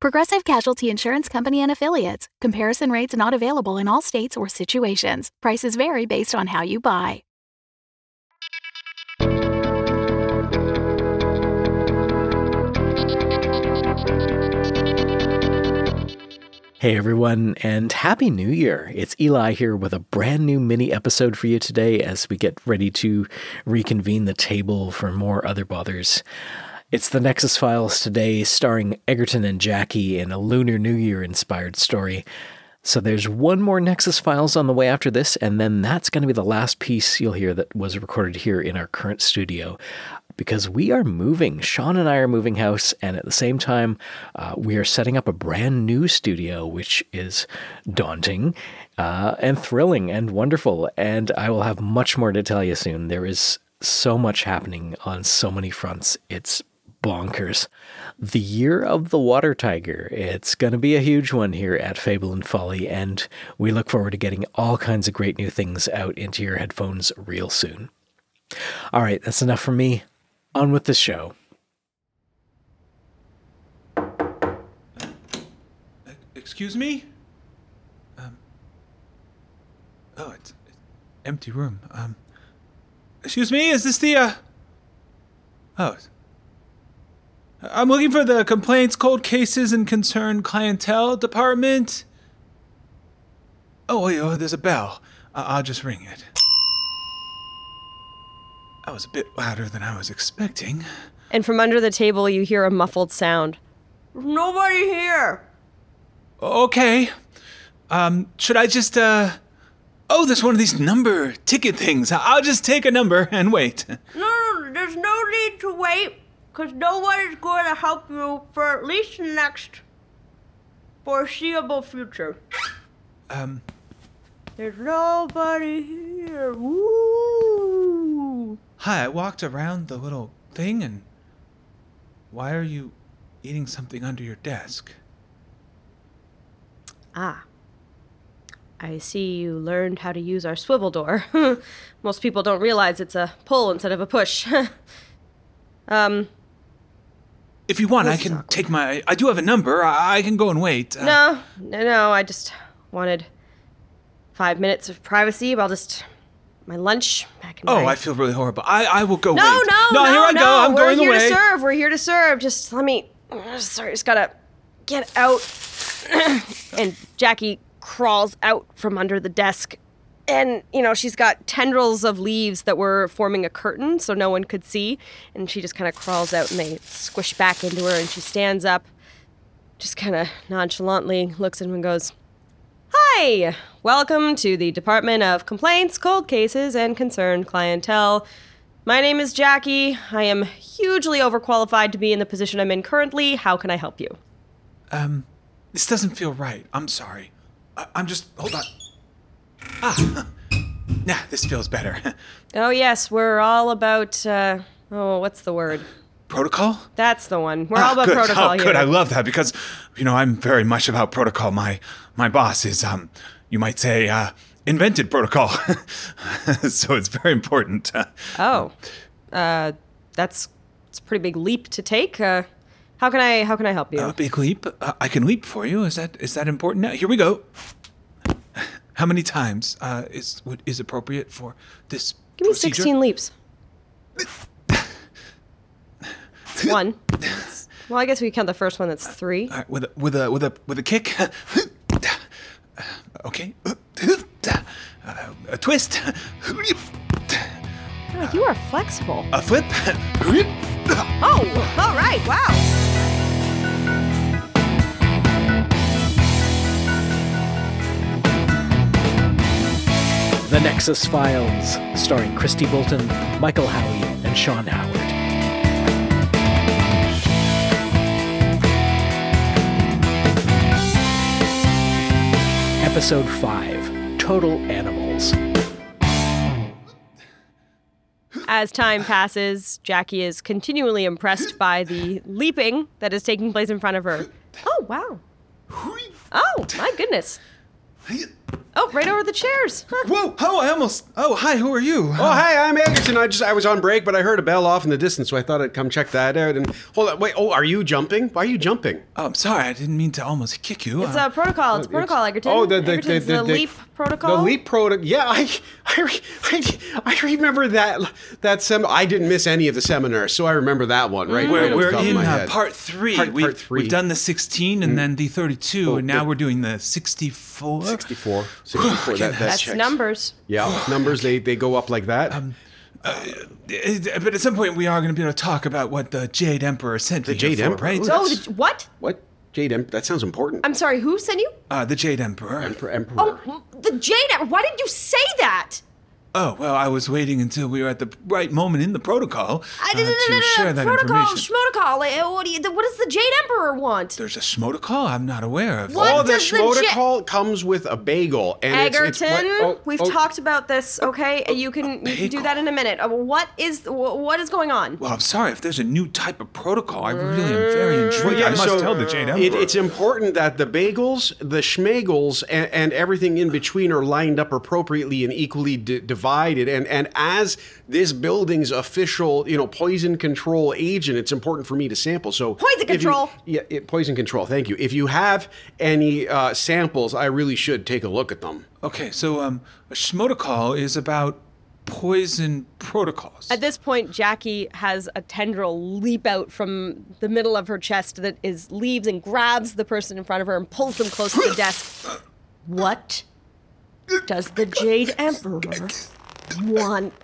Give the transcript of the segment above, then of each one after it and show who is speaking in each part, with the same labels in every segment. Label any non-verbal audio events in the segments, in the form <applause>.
Speaker 1: Progressive Casualty Insurance Company and Affiliates. Comparison rates not available in all states or situations. Prices vary based on how you buy.
Speaker 2: Hey everyone, and Happy New Year! It's Eli here with a brand new mini episode for you today as we get ready to reconvene the table for more Other Bothers. It's the Nexus Files today, starring Egerton and Jackie in a Lunar New Year inspired story. So there's one more Nexus Files on the way after this, and then that's going to be the last piece you'll hear that was recorded here in our current studio because we are moving. Sean and I are moving house, and at the same time, uh, we are setting up a brand new studio, which is daunting uh, and thrilling and wonderful. And I will have much more to tell you soon. There is so much happening on so many fronts. It's bonkers. The year of the water tiger. It's going to be a huge one here at Fable and Folly, and we look forward to getting all kinds of great new things out into your headphones real soon. All right, that's enough from me. On with the show.
Speaker 3: Excuse me? Um. Oh, it's, it's empty room. Um. Excuse me, is this the, uh. Oh. it's- I'm looking for the complaints, cold cases, and concerned clientele department. Oh, wait, oh, there's a bell. I- I'll just ring it. That was a bit louder than I was expecting.
Speaker 4: and from under the table you hear a muffled sound.
Speaker 5: Nobody here.
Speaker 3: Okay. Um, should I just, uh. Oh, there's one of these number ticket things. I- I'll just take a number and wait. <laughs>
Speaker 5: No, no, there's no need to wait, because no one is going to help you for at least the next foreseeable future.
Speaker 3: Um,
Speaker 5: There's nobody here. Woo!
Speaker 3: hi, I walked around the little thing and. Why are you eating something under your desk?
Speaker 4: Ah. I see you learned how to use our swivel door. <laughs> Most people don't realize it's a pull instead of a push. <laughs> um,
Speaker 3: If you want,
Speaker 4: This
Speaker 3: I
Speaker 4: is
Speaker 3: can
Speaker 4: awkward.
Speaker 3: take my. I do have a number. I, I can go and wait. Uh,
Speaker 4: no, no, no, I just wanted five minutes of privacy. I'll just. My lunch back in
Speaker 3: Oh,
Speaker 4: my.
Speaker 3: I feel really horrible. I, I will go
Speaker 4: no,
Speaker 3: wait.
Speaker 4: no, no,
Speaker 3: here I
Speaker 4: no.
Speaker 3: go. I'm
Speaker 4: We're
Speaker 3: going
Speaker 4: here
Speaker 3: away.
Speaker 4: to serve. We're here to serve. Just let me. Sorry, just gotta get out. <clears throat> and Jackie crawls out from under the desk. And, you know, she's got tendrils of leaves that were forming a curtain so no one could see. And she just kind of crawls out and they squish back into her. And she stands up, just kind of nonchalantly looks at him and goes, Hi! Welcome to the Department of Complaints, Cold Cases, and Concerned Clientele. My name is Jackie. I am hugely overqualified to be in the position I'm in currently. How can I help you?
Speaker 3: Um, this doesn't feel right. I'm sorry. I, I'm just. Hold on. Ah. <laughs> Nah, this feels better. <laughs>
Speaker 4: Oh, yes, we're all about, uh, oh, what's the word?
Speaker 3: Protocol?
Speaker 4: That's the one. We're
Speaker 3: Ah,
Speaker 4: all about
Speaker 3: good.
Speaker 4: protocol
Speaker 3: oh,
Speaker 4: here.
Speaker 3: Good. I love that because, you know, I'm very much about protocol. My my boss is, um, you might say, uh, invented protocol. <laughs> so it's very important. Uh,
Speaker 4: oh, uh, that's, it's a pretty big leap to take. Uh, how can I, how can I help you?
Speaker 3: a big leap. Uh, I can leap for you. Is that is that important? Now, here we go. How many times uh, is what is appropriate for this?
Speaker 4: Give me
Speaker 3: procedure?
Speaker 4: 16 leaps.
Speaker 3: <laughs>
Speaker 4: one. <laughs> Well, I guess we count the first one. That's three.
Speaker 3: All right, with a, with a with a with a kick. <laughs> okay. <laughs> Uh, a twist. <laughs>
Speaker 4: Oh, you are flexible.
Speaker 3: A flip.
Speaker 4: Oh, all right. Wow.
Speaker 2: The Nexus Files, starring Christy Bolton, Michael Howie, and Sean Howard. Episode 5 total animals.
Speaker 4: As time passes, Jackie is continually impressed by the leaping that is taking place in front of <laughs> her. Oh, wow. Oh, my goodness. Oh, right over the chairs. Huh.
Speaker 3: Whoa! Oh, I almost. Oh, hi. Who are you?
Speaker 6: Oh, hi, I'm Anderson. I just I was on break, but I heard a bell off in the distance, so I thought I'd come check that out. And hold on, wait. Oh, are you jumping? Why are you jumping?
Speaker 3: Oh, I'm sorry. I didn't mean to almost kick you.
Speaker 4: It's
Speaker 3: Uh,
Speaker 4: a protocol. It's protocol, Egerton.
Speaker 6: Oh, the the, the,
Speaker 4: Egerton's
Speaker 6: the, the-
Speaker 4: leap protocol.
Speaker 6: The leap protocol. Yeah, I <laughs> I, re- I I remember that that sem. I didn't miss any of the seminars, so I remember that one.
Speaker 4: Mm.
Speaker 6: Right. off
Speaker 3: we're
Speaker 6: the
Speaker 3: we're
Speaker 6: top of
Speaker 3: in
Speaker 6: my
Speaker 3: uh,
Speaker 6: head.
Speaker 3: part three.
Speaker 6: Part-
Speaker 3: we've,
Speaker 6: part three.
Speaker 3: We've done the 16 and then the 32, and now
Speaker 6: good.
Speaker 3: we're doing the 64.
Speaker 6: 64.
Speaker 3: Oh,
Speaker 6: 64. that, that
Speaker 4: That's
Speaker 6: checks.
Speaker 4: numbers.
Speaker 6: Yeah, numbers. They they go up like that.
Speaker 3: Um, Uh, But at some point, we are going to be able to talk about what the Jade Emperor sent the
Speaker 6: Jade Emperor?
Speaker 3: right?
Speaker 6: Ooh,
Speaker 4: Oh,
Speaker 6: that's-
Speaker 4: the, what?
Speaker 6: what? Jade. Em- that sounds important.
Speaker 4: I'm sorry, who sent you?
Speaker 3: Uh, the Jade Emperor.
Speaker 6: Emperor. Emperor.
Speaker 4: Oh, the Jade. Why did you say that?
Speaker 3: Oh well, I was waiting until we were at the right moment in the protocol
Speaker 4: I
Speaker 3: uh, to
Speaker 4: <laughs>
Speaker 3: share that
Speaker 4: protocol,
Speaker 3: information.
Speaker 4: schmodocol. eh, What, do you, what does the Jade Emperor want?
Speaker 3: There's a schmodocol I'm not aware of.
Speaker 4: What
Speaker 6: Oh, the
Speaker 4: does the ja-
Speaker 6: schmodicol comes with a bagel, and it's, it's what-
Speaker 4: Egerton,
Speaker 6: oh,
Speaker 4: we've
Speaker 6: oh,
Speaker 4: talked about this, okay? you can you can do
Speaker 3: bagel.
Speaker 4: that in a minute. Uh, What is wh- what is going on?
Speaker 3: Well, I'm sorry if there's a new type of protocol. I really am very intrigued. I must
Speaker 6: Mm. oh, so
Speaker 3: tell the Jade Emperor.
Speaker 6: It, it's important that the bagels, the schmagels, and, and everything in between are lined up appropriately and equally d- divided. And and as this building's official, you know, poison control agent, it's important for me to sample. So
Speaker 4: Poison
Speaker 6: if you-
Speaker 4: control.
Speaker 6: yeah, it, poison control. Thank you. If you have any uh, samples, I really should take a look at them.
Speaker 3: okay, so um, a schmodocol is about poison protocols.
Speaker 4: At this point, Jackie has a tendril leap out from the middle of her chest that is leaves and grabs the person in front of her and pulls them close to the desk. What does the Jade Emperor want?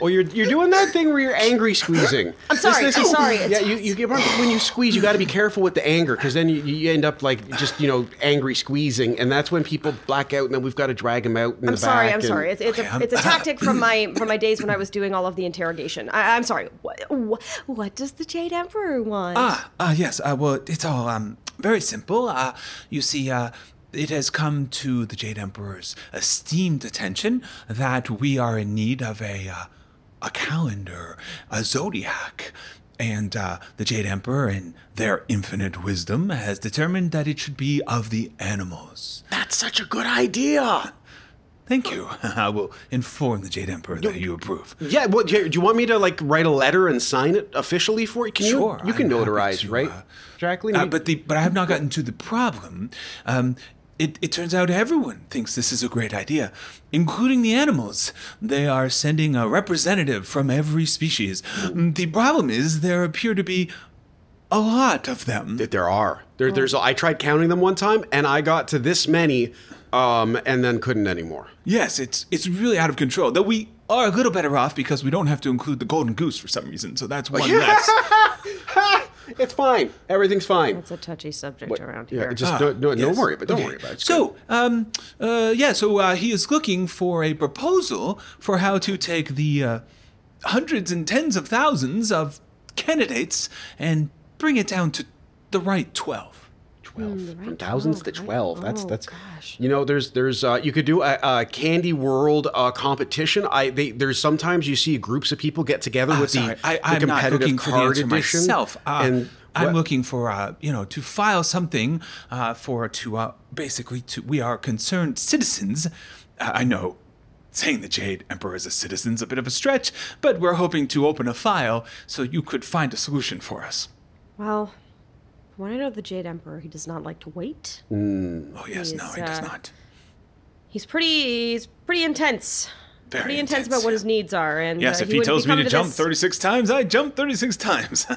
Speaker 6: Oh, you're you're doing that thing where you're angry squeezing. I'm
Speaker 4: sorry, <laughs> I'm sorry, it's-
Speaker 6: Yeah, you, you get when you squeeze, you got to be careful with the anger because then you, you end up like just you know angry squeezing, and that's when people black out, and then we've got to drag them out. In
Speaker 4: I'm
Speaker 6: the
Speaker 4: sorry.
Speaker 6: back
Speaker 4: I'm
Speaker 6: and-
Speaker 4: sorry. It's, it's, a, it's a tactic from
Speaker 6: <laughs>
Speaker 4: my from my days when I was doing all of the interrogation. I, I'm sorry. What, what, what does the Jade Emperor want?
Speaker 3: Ah, ah, yes. Uh, well, it's all um very simple. Uh, you see, uh, it has come to the Jade Emperor's esteemed attention that we are in need of a uh, a calendar, a zodiac. And uh, the Jade Emperor, in their infinite wisdom, has determined that it should be of the animals.
Speaker 6: That's such a good idea.
Speaker 3: Thank you. <laughs> I will inform the Jade Emperor that you approve.
Speaker 6: Yeah. Well, do you want me to like write a letter and sign it officially for you? Can
Speaker 3: Sure,
Speaker 6: You, you can
Speaker 3: I'm happy
Speaker 6: notarize,
Speaker 3: to,
Speaker 6: right,
Speaker 3: uh,
Speaker 6: Jacqueline?
Speaker 3: Uh,
Speaker 6: you-
Speaker 3: but the but I have not gotten to the problem. Um, it, it turns out everyone thinks this is a great idea, including the animals. They are sending a representative from every species. The problem is there appear to be a lot of them.
Speaker 6: That there are. There,
Speaker 4: Oh.
Speaker 6: There's. I tried counting them one time, and I got to this many, um, and then couldn't anymore.
Speaker 3: Yes, it's it's really out of control. Though we are a little better off because we don't have to include the golden goose for some reason. So that's one less.
Speaker 6: It's fine. Everything's fine.
Speaker 4: It's a touchy subject around
Speaker 6: Yeah,
Speaker 4: here.
Speaker 6: just don't no,
Speaker 3: Ah, Yes.
Speaker 6: don't worry about it. Don't
Speaker 3: Okay.
Speaker 6: worry about it. It's
Speaker 3: So, um, uh, yeah, so uh, he is looking for a proposal for how to take the uh, hundreds and tens of thousands of candidates and bring it down to the right 12.
Speaker 6: twelve from thousands to twelve.
Speaker 4: Oh,
Speaker 6: that's that's. You know, there's there's uh, you could do a, a Candy World uh, competition. I they, there's sometimes you see groups of people get together with
Speaker 3: Ah, Sorry,
Speaker 6: the,
Speaker 3: I,
Speaker 6: the
Speaker 3: I'm not
Speaker 6: competitive
Speaker 3: looking for the
Speaker 6: card
Speaker 3: answer
Speaker 6: edition.
Speaker 3: myself. Uh,
Speaker 6: and
Speaker 3: I'm
Speaker 6: what-
Speaker 3: looking for, uh, you know, to file something uh, for to uh, basically to we are concerned citizens. Uh, I know saying the Jade Emperor is a citizen's a bit of a stretch, but we're hoping to open a file so you could find a solution for us.
Speaker 4: Well, when I know the Jade Emperor, he does not like to wait.
Speaker 3: Oh yes, no,
Speaker 4: He's,
Speaker 3: it does
Speaker 4: uh,
Speaker 3: not.
Speaker 4: He's pretty he's pretty intense.
Speaker 3: Very
Speaker 4: pretty intense, about what his needs are. And
Speaker 3: Yes,
Speaker 4: uh,
Speaker 3: if he, tells
Speaker 4: wouldn't
Speaker 3: me
Speaker 4: be
Speaker 3: to,
Speaker 4: coming
Speaker 3: jump
Speaker 4: this-
Speaker 3: 36 times, I jump 36 times. <laughs>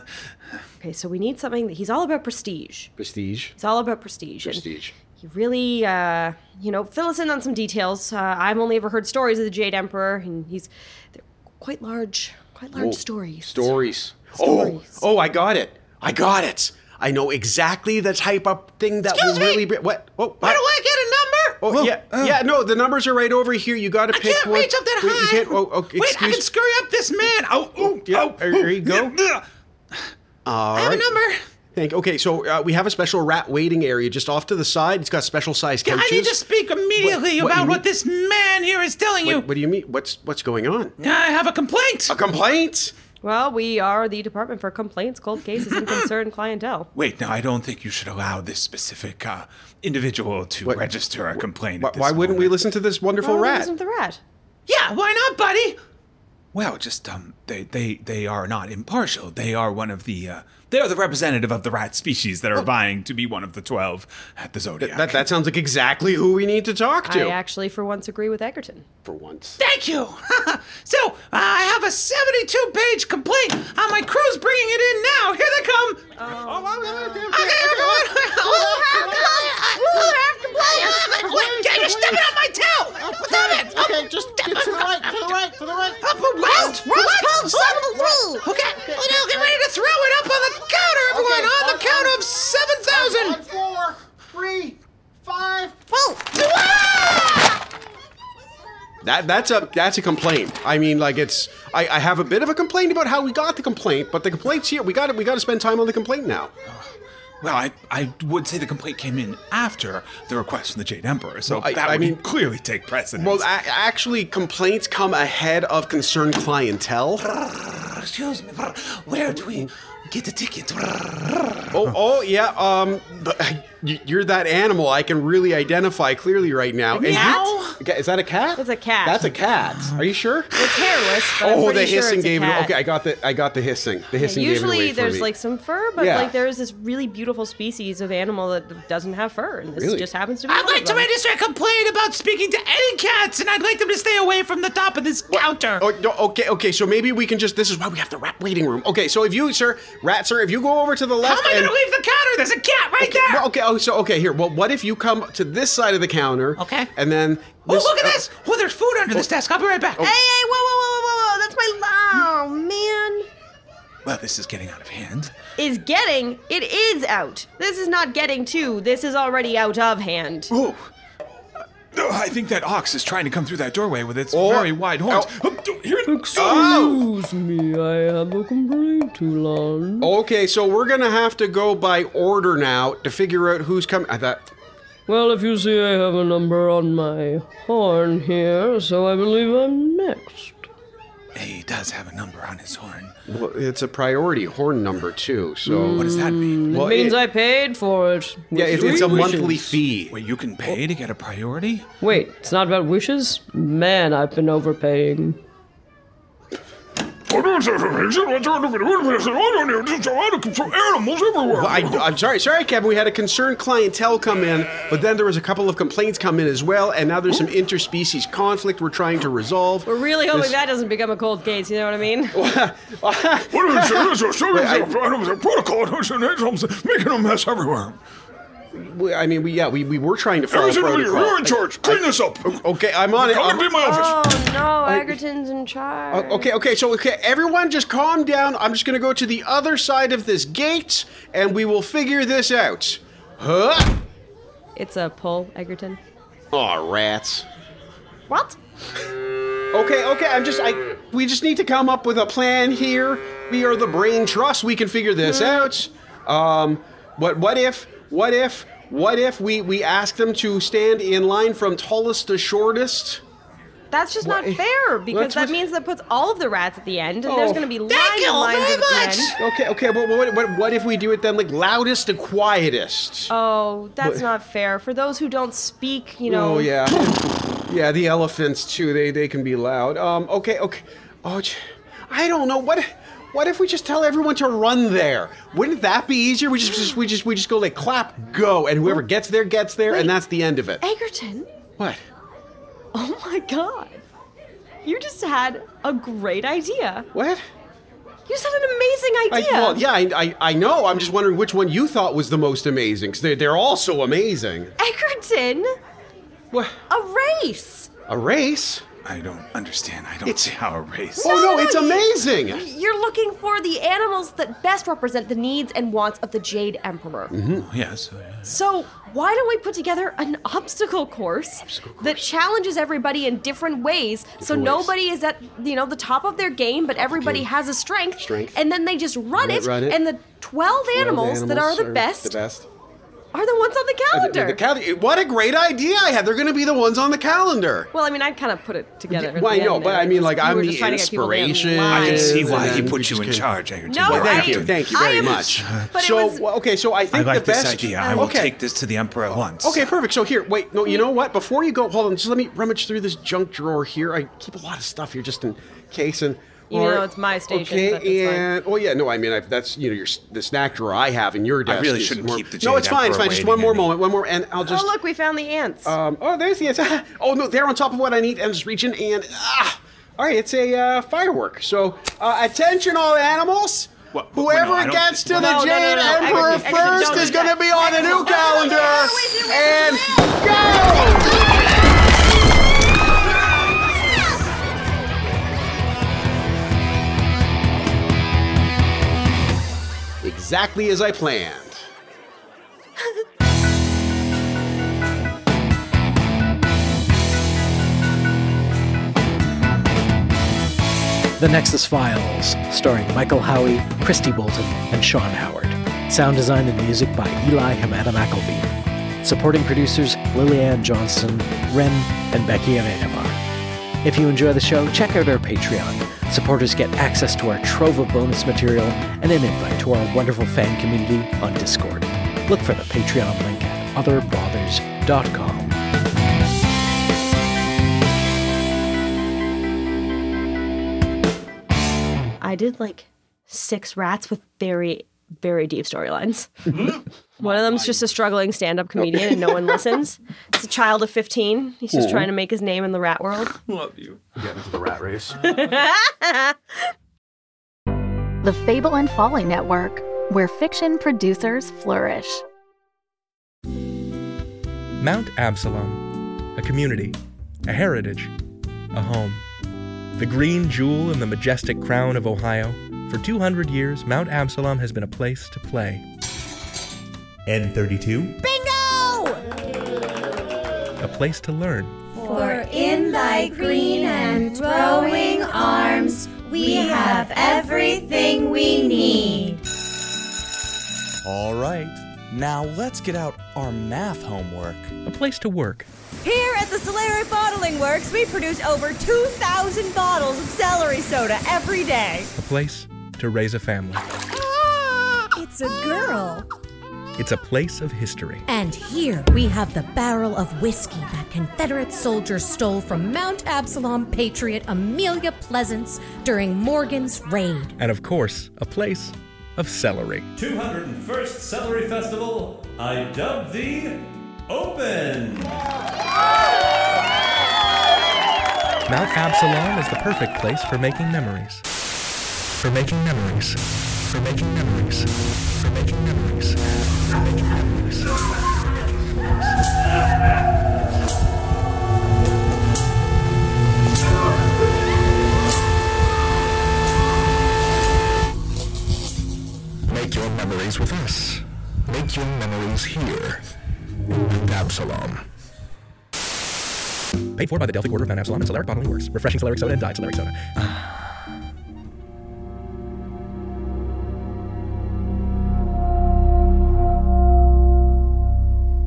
Speaker 4: Okay, so we need something that he's all about prestige.
Speaker 6: prestige.
Speaker 4: He's all about prestige. and
Speaker 6: Prestige.
Speaker 4: he really, uh, you know, fill us in on some details. Uh, I've only ever heard stories of the Jade Emperor, and he's they're quite large, quite large
Speaker 6: Oh,
Speaker 4: stories.
Speaker 6: Stories.
Speaker 4: Stories.
Speaker 6: Oh, oh, I got it. I got it. I know exactly the type of thing that will really be. What? Oh, Where do I get a number? Oh, yeah,
Speaker 3: Ah.
Speaker 6: yeah. No, the numbers are right over here. You got to pick one. Wait, you can't- oh, oh, excuse-
Speaker 3: scurry up this man. Oh, oh,
Speaker 4: <laughs>
Speaker 6: Yeah, there you go.
Speaker 3: All right.
Speaker 6: number. Thank. Okay, so uh, we have a special rat waiting area just off to the side. It's got special size
Speaker 3: I
Speaker 6: couches.
Speaker 3: need to speak immediately
Speaker 6: What- what
Speaker 3: about
Speaker 6: you
Speaker 3: what
Speaker 6: mean?
Speaker 3: this man here is telling
Speaker 6: What, what do you mean? What's what's going on?
Speaker 3: you. I have a complaint.
Speaker 6: A complaint?
Speaker 4: Well, we are the Department for Complaints, Cold Cases, and Concerned <laughs> Clientele.
Speaker 3: Wait, no, I don't think you should allow this specific uh, individual to register a complaint.
Speaker 6: Why,
Speaker 3: at this
Speaker 6: why wouldn't we
Speaker 3: moment.
Speaker 6: listen to this wonderful
Speaker 4: Well, it
Speaker 6: rat?
Speaker 4: Isn't the rat?
Speaker 3: Yeah, why not, buddy? Well, just um, they they they are not impartial. They are one of the uh, they are the representative of the rat species that are vying to be one of the twelve at the zodiac.
Speaker 6: Oh. That that sounds like exactly who we need to talk to.
Speaker 4: I actually, for once, agree with Egerton.
Speaker 6: For once.
Speaker 3: Thank you. <laughs> so uh, I have a seventy-two page complaint. Uh, my crew's bringing it in now. Here they come. Okay, everyone. <laughs> We'll have complaints. We'll have complaints. Wait, yeah, you're stepping on my toe. Damn it.
Speaker 7: Okay, just to the right, to the right, to the right.
Speaker 3: Up a route. Route. Okay. Oh, no, get ready to throw it up on the counter, everyone.
Speaker 7: Okay,
Speaker 3: on the
Speaker 7: on- on-
Speaker 3: count of seven thousand.
Speaker 7: On four, three, five.
Speaker 6: That that's a that's a complaint. I mean, like it's I, I have a bit of a complaint about how we got the complaint, but the complaint's here. We got it. We got to spend time on the complaint now.
Speaker 3: Well, I, I would say the complaint came in after the request from the Jade Emperor, so
Speaker 6: I-
Speaker 3: that
Speaker 6: I
Speaker 3: would
Speaker 6: mean-
Speaker 3: clearly take precedence.
Speaker 6: Well, a- actually, complaints come ahead of concerned clientele.
Speaker 3: excuse me, where do we get a ticket?
Speaker 6: Oh, oh yeah. Um, but, y- you're that animal I can really identify clearly right now. And you-
Speaker 3: Meow?
Speaker 6: Okay, is that a cat?
Speaker 4: That's a cat.
Speaker 6: That's a cat. Are you sure?
Speaker 4: It's hairless, but I'm
Speaker 6: oh,
Speaker 4: pretty
Speaker 6: the
Speaker 4: sure
Speaker 6: hissing
Speaker 4: it's a
Speaker 6: gave
Speaker 4: cat.
Speaker 6: it. Okay, I got the I got the hissing. The
Speaker 4: Yeah,
Speaker 6: hissing gave it
Speaker 4: usually
Speaker 6: away for
Speaker 4: there's
Speaker 6: me.
Speaker 4: like some fur, but
Speaker 6: Yeah.
Speaker 4: like there is this really beautiful species of animal that doesn't have fur, and this
Speaker 6: Really?
Speaker 4: just happens to be.
Speaker 3: I'd
Speaker 4: one
Speaker 3: like
Speaker 4: of
Speaker 3: to
Speaker 4: them.
Speaker 3: register a complaint about speaking to any cats, and I'd like them to stay away from the top of this counter.
Speaker 6: Oh, no, okay, okay. So maybe we can just. This is why we have the rat waiting room. Okay, so if you, sir, rat, sir, if you go over to the
Speaker 3: How
Speaker 6: left.
Speaker 3: am I going
Speaker 6: and,
Speaker 3: to leave the counter? There's a cat right there.
Speaker 6: Well, okay. Oh, so okay. Here. Well, what if you come to this side of the counter?
Speaker 3: Okay.
Speaker 6: And then.
Speaker 3: oh, look at
Speaker 6: uh,
Speaker 3: this. Oh, there's food under this desk. I'll be right back.
Speaker 5: Hey, hey, whoa, whoa, whoa, whoa, whoa, whoa! That's my. Oh man,
Speaker 3: Well, this is getting out of hand.
Speaker 4: Is getting it is out. This is not getting to. This is already out of hand.
Speaker 3: Oh. No, I think that ox is trying to come through that doorway with its
Speaker 6: Oh.
Speaker 3: very wide horns. Here it
Speaker 6: Oh.
Speaker 8: Excuse me, I have a complaint to lodge.
Speaker 6: Okay, so we're gonna have to go by order now to figure out who's coming. I thought.
Speaker 8: Well, if you see, I have a number on my horn here, so I believe I'm next.
Speaker 3: He does have a number on his horn.
Speaker 6: Well, it's a priority horn number two. So.
Speaker 3: What does that mean?
Speaker 6: Well,
Speaker 8: Hmm. Means
Speaker 6: it-
Speaker 8: I paid for it. with
Speaker 6: Yeah, it's, it's a
Speaker 8: three
Speaker 6: monthly
Speaker 8: wishes.
Speaker 6: fee.
Speaker 3: Wait, you can pay to get a priority?
Speaker 8: Wait, it's not about wishes? Man, I've been overpaying.
Speaker 3: Animals everywhere.
Speaker 6: Well, I, I'm sorry, sorry, Kevin. We had a concerned clientele come in, but then there was a couple of complaints come in as well, and now there's some interspecies conflict we're trying to resolve.
Speaker 4: We're really hoping that doesn't become a cold case. You know what I mean?
Speaker 6: Oh.
Speaker 3: making a mess everywhere.
Speaker 6: We- I mean, we yeah, we, we were trying to follow protocol.
Speaker 3: charge. Clean this up.
Speaker 6: Okay, I'm on it. I'm-
Speaker 3: my office.
Speaker 4: oh
Speaker 6: <laughs>
Speaker 4: no, Egerton's in charge.
Speaker 6: Okay, okay, so okay, everyone just calm down. I'm just gonna go to the other side of this gate and we will figure this out. Huh?
Speaker 4: It's a pull, Egerton.
Speaker 6: Aw, rats.
Speaker 4: What?
Speaker 6: Okay, okay, I'm just I we just need to come up with a plan here. We are the brain trust, we can figure this
Speaker 4: Hmm.
Speaker 6: out. Um what what if what if what if we, we ask them to stand in line from tallest to shortest?
Speaker 4: That's just
Speaker 6: Wha-
Speaker 4: not fair because
Speaker 6: That's
Speaker 4: that
Speaker 6: what-
Speaker 4: means that puts all of the rats at the end, and
Speaker 6: Oh.
Speaker 4: there's going to be lines
Speaker 3: Thank you
Speaker 4: and lines
Speaker 3: very
Speaker 4: at the
Speaker 3: much.
Speaker 4: end.
Speaker 6: Okay, okay, but what, what, what if we do it then like loudest to quietest?
Speaker 4: Oh, that's
Speaker 6: But-
Speaker 4: not fair. For those who don't speak, you know.
Speaker 6: Oh yeah, <coughs> yeah. The elephants too. They they can be loud. Um. Okay. Okay. Oh, j- I don't know. What what if we just tell everyone to run there? Wouldn't that be easier? We just, just we just we just go like clap go, and whoever gets there gets there, and that's the end of it.
Speaker 4: Egerton,
Speaker 6: What?
Speaker 4: oh my god. You just had a great idea.
Speaker 6: What?
Speaker 4: You just had an amazing
Speaker 6: I,
Speaker 4: idea.
Speaker 6: Well, yeah. I, I I know. I'm just wondering which one you thought was the most amazing. Cause they're they're all so amazing.
Speaker 4: Egerton,
Speaker 6: What?
Speaker 4: a race.
Speaker 6: A race?
Speaker 3: I don't understand. I don't see how a race.
Speaker 6: oh no,
Speaker 4: no,
Speaker 6: it's
Speaker 4: you-
Speaker 6: amazing.
Speaker 4: You're looking for the animals that best represent the needs and wants of the Jade Emperor.
Speaker 3: Oh, Yes.
Speaker 4: So, why don't we put together an obstacle course, that challenges everybody in different ways so
Speaker 6: ways.
Speaker 4: nobody is at, you know, the top of their game but everybody has a strength,
Speaker 6: Strength.
Speaker 4: and then they just run
Speaker 6: Right,
Speaker 4: it,
Speaker 6: run it.
Speaker 4: and the 12 animals, that are the best,
Speaker 6: The best.
Speaker 4: are the ones on the calendar.
Speaker 6: The cal- what a great idea I had. They're going to be the ones on the calendar.
Speaker 4: well, I mean, I kind of put it together. at
Speaker 6: Well, I
Speaker 4: the
Speaker 6: know,
Speaker 4: end
Speaker 6: but
Speaker 4: there.
Speaker 6: I mean, like,
Speaker 4: We
Speaker 6: I'm
Speaker 4: were
Speaker 6: the
Speaker 4: just trying to get people to get in
Speaker 6: inspiration.
Speaker 4: line.
Speaker 3: I can see
Speaker 6: and
Speaker 3: why
Speaker 6: then
Speaker 3: he
Speaker 6: we
Speaker 3: put you
Speaker 6: just
Speaker 3: in
Speaker 6: kinda-
Speaker 3: charge. I
Speaker 4: No,
Speaker 6: Well, thank
Speaker 4: right?
Speaker 6: you, thank you
Speaker 4: I
Speaker 6: very
Speaker 4: am-
Speaker 6: much.
Speaker 4: <laughs> but it
Speaker 6: so
Speaker 4: was-
Speaker 6: well, okay, so I
Speaker 3: I
Speaker 6: think
Speaker 3: like
Speaker 6: the best
Speaker 3: this idea. I will
Speaker 6: okay.
Speaker 3: take this to the emperor at once.
Speaker 6: Okay, perfect. So here, wait, no, you know what? Before you go, hold on. Just let me rummage through this junk drawer here. I keep a lot of stuff here just in case. And
Speaker 4: You
Speaker 6: or-
Speaker 4: know it's my station,
Speaker 6: Okay,
Speaker 4: but that's fine.
Speaker 6: and well, yeah, no, I mean, i that's you know, your s- the snack drawer I have in your desk.
Speaker 3: really
Speaker 6: is
Speaker 3: shouldn't
Speaker 6: more-
Speaker 3: keep the
Speaker 6: No,
Speaker 3: jade
Speaker 6: it's fine. It's
Speaker 3: emperor
Speaker 6: fine. Just
Speaker 3: waiting
Speaker 6: one more
Speaker 3: in the-
Speaker 6: moment. One more, and I'll just.
Speaker 4: Oh, look, we found the ants.
Speaker 6: Um, oh, there's the answer. <laughs> Oh no, they're on top of what I need. And just reach in and ah. All right, it's a uh, firework. So uh, attention, all animals.
Speaker 3: What- what-
Speaker 6: Whoever
Speaker 3: no, I don't-
Speaker 6: gets to the
Speaker 4: No, no,
Speaker 6: Jade
Speaker 4: no, no, no. I
Speaker 6: Emperor
Speaker 4: would- I would-
Speaker 6: first
Speaker 4: don't
Speaker 6: is
Speaker 4: do
Speaker 6: going to
Speaker 4: that.
Speaker 6: be on a new calendar. And go! Exactly as I planned.
Speaker 2: The Nexus Files, starring Michael Howie, Christy Bolton, and Sean Howard. Sound design and music by Eli Hamada McElveen. Supporting producers Lillian Johnson, Ren, and Becky Avenamar. If you enjoy the show, check out our Patreon. Supporters get access to our trove of bonus material and an invite to our wonderful fan community on Discord. Look for the Patreon link at otherbrothers.com.
Speaker 4: I did like six rats with very, very deep storylines.
Speaker 6: Mm-hmm.
Speaker 4: one of
Speaker 6: Oh,
Speaker 4: them's just a struggling stand up comedian and no one listens. It's a child of 15. He's just trying to make his name in the rat world.
Speaker 1: The Fable and Folly Network, where fiction producers flourish.
Speaker 9: Mount Absalom, a community, a heritage, a home. The green jewel in the majestic crown of Ohio, for 200 years, Mount Absalom has been a place to play. N32,
Speaker 10: Bingo!
Speaker 9: a place to learn,
Speaker 10: For in thy green and growing arms, we have everything we need.
Speaker 11: All right. Now let's get out our math homework.
Speaker 9: a place to work,
Speaker 10: Here at the Solari Bottling Works, we produce over 2,000 bottles of celery soda every day.
Speaker 9: a place to raise a family.
Speaker 10: It's a girl.
Speaker 9: It's a place of history,
Speaker 12: And here we have the barrel of whiskey that Confederate soldiers stole from Mount Absalom patriot Amelia Pleasance during Morgan's raid.
Speaker 9: and of course, a place of celery.
Speaker 11: 201st Celery Festival, I dub thee open!
Speaker 9: Mount Absalom is the perfect place for making memories. For making memories. For making memories. For making memories. For making memories. Make your memories with us. Make your memories here. Mount Absalom. Paid for by the Delphic Order of Mount Absalom and Solaric Bottling Works. Refreshing Solaric Soda and Diet Solaric Soda.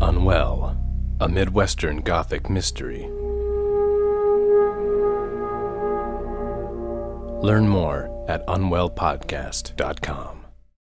Speaker 11: Unwell, a Midwestern Gothic mystery. Learn more at unwellpodcast.com.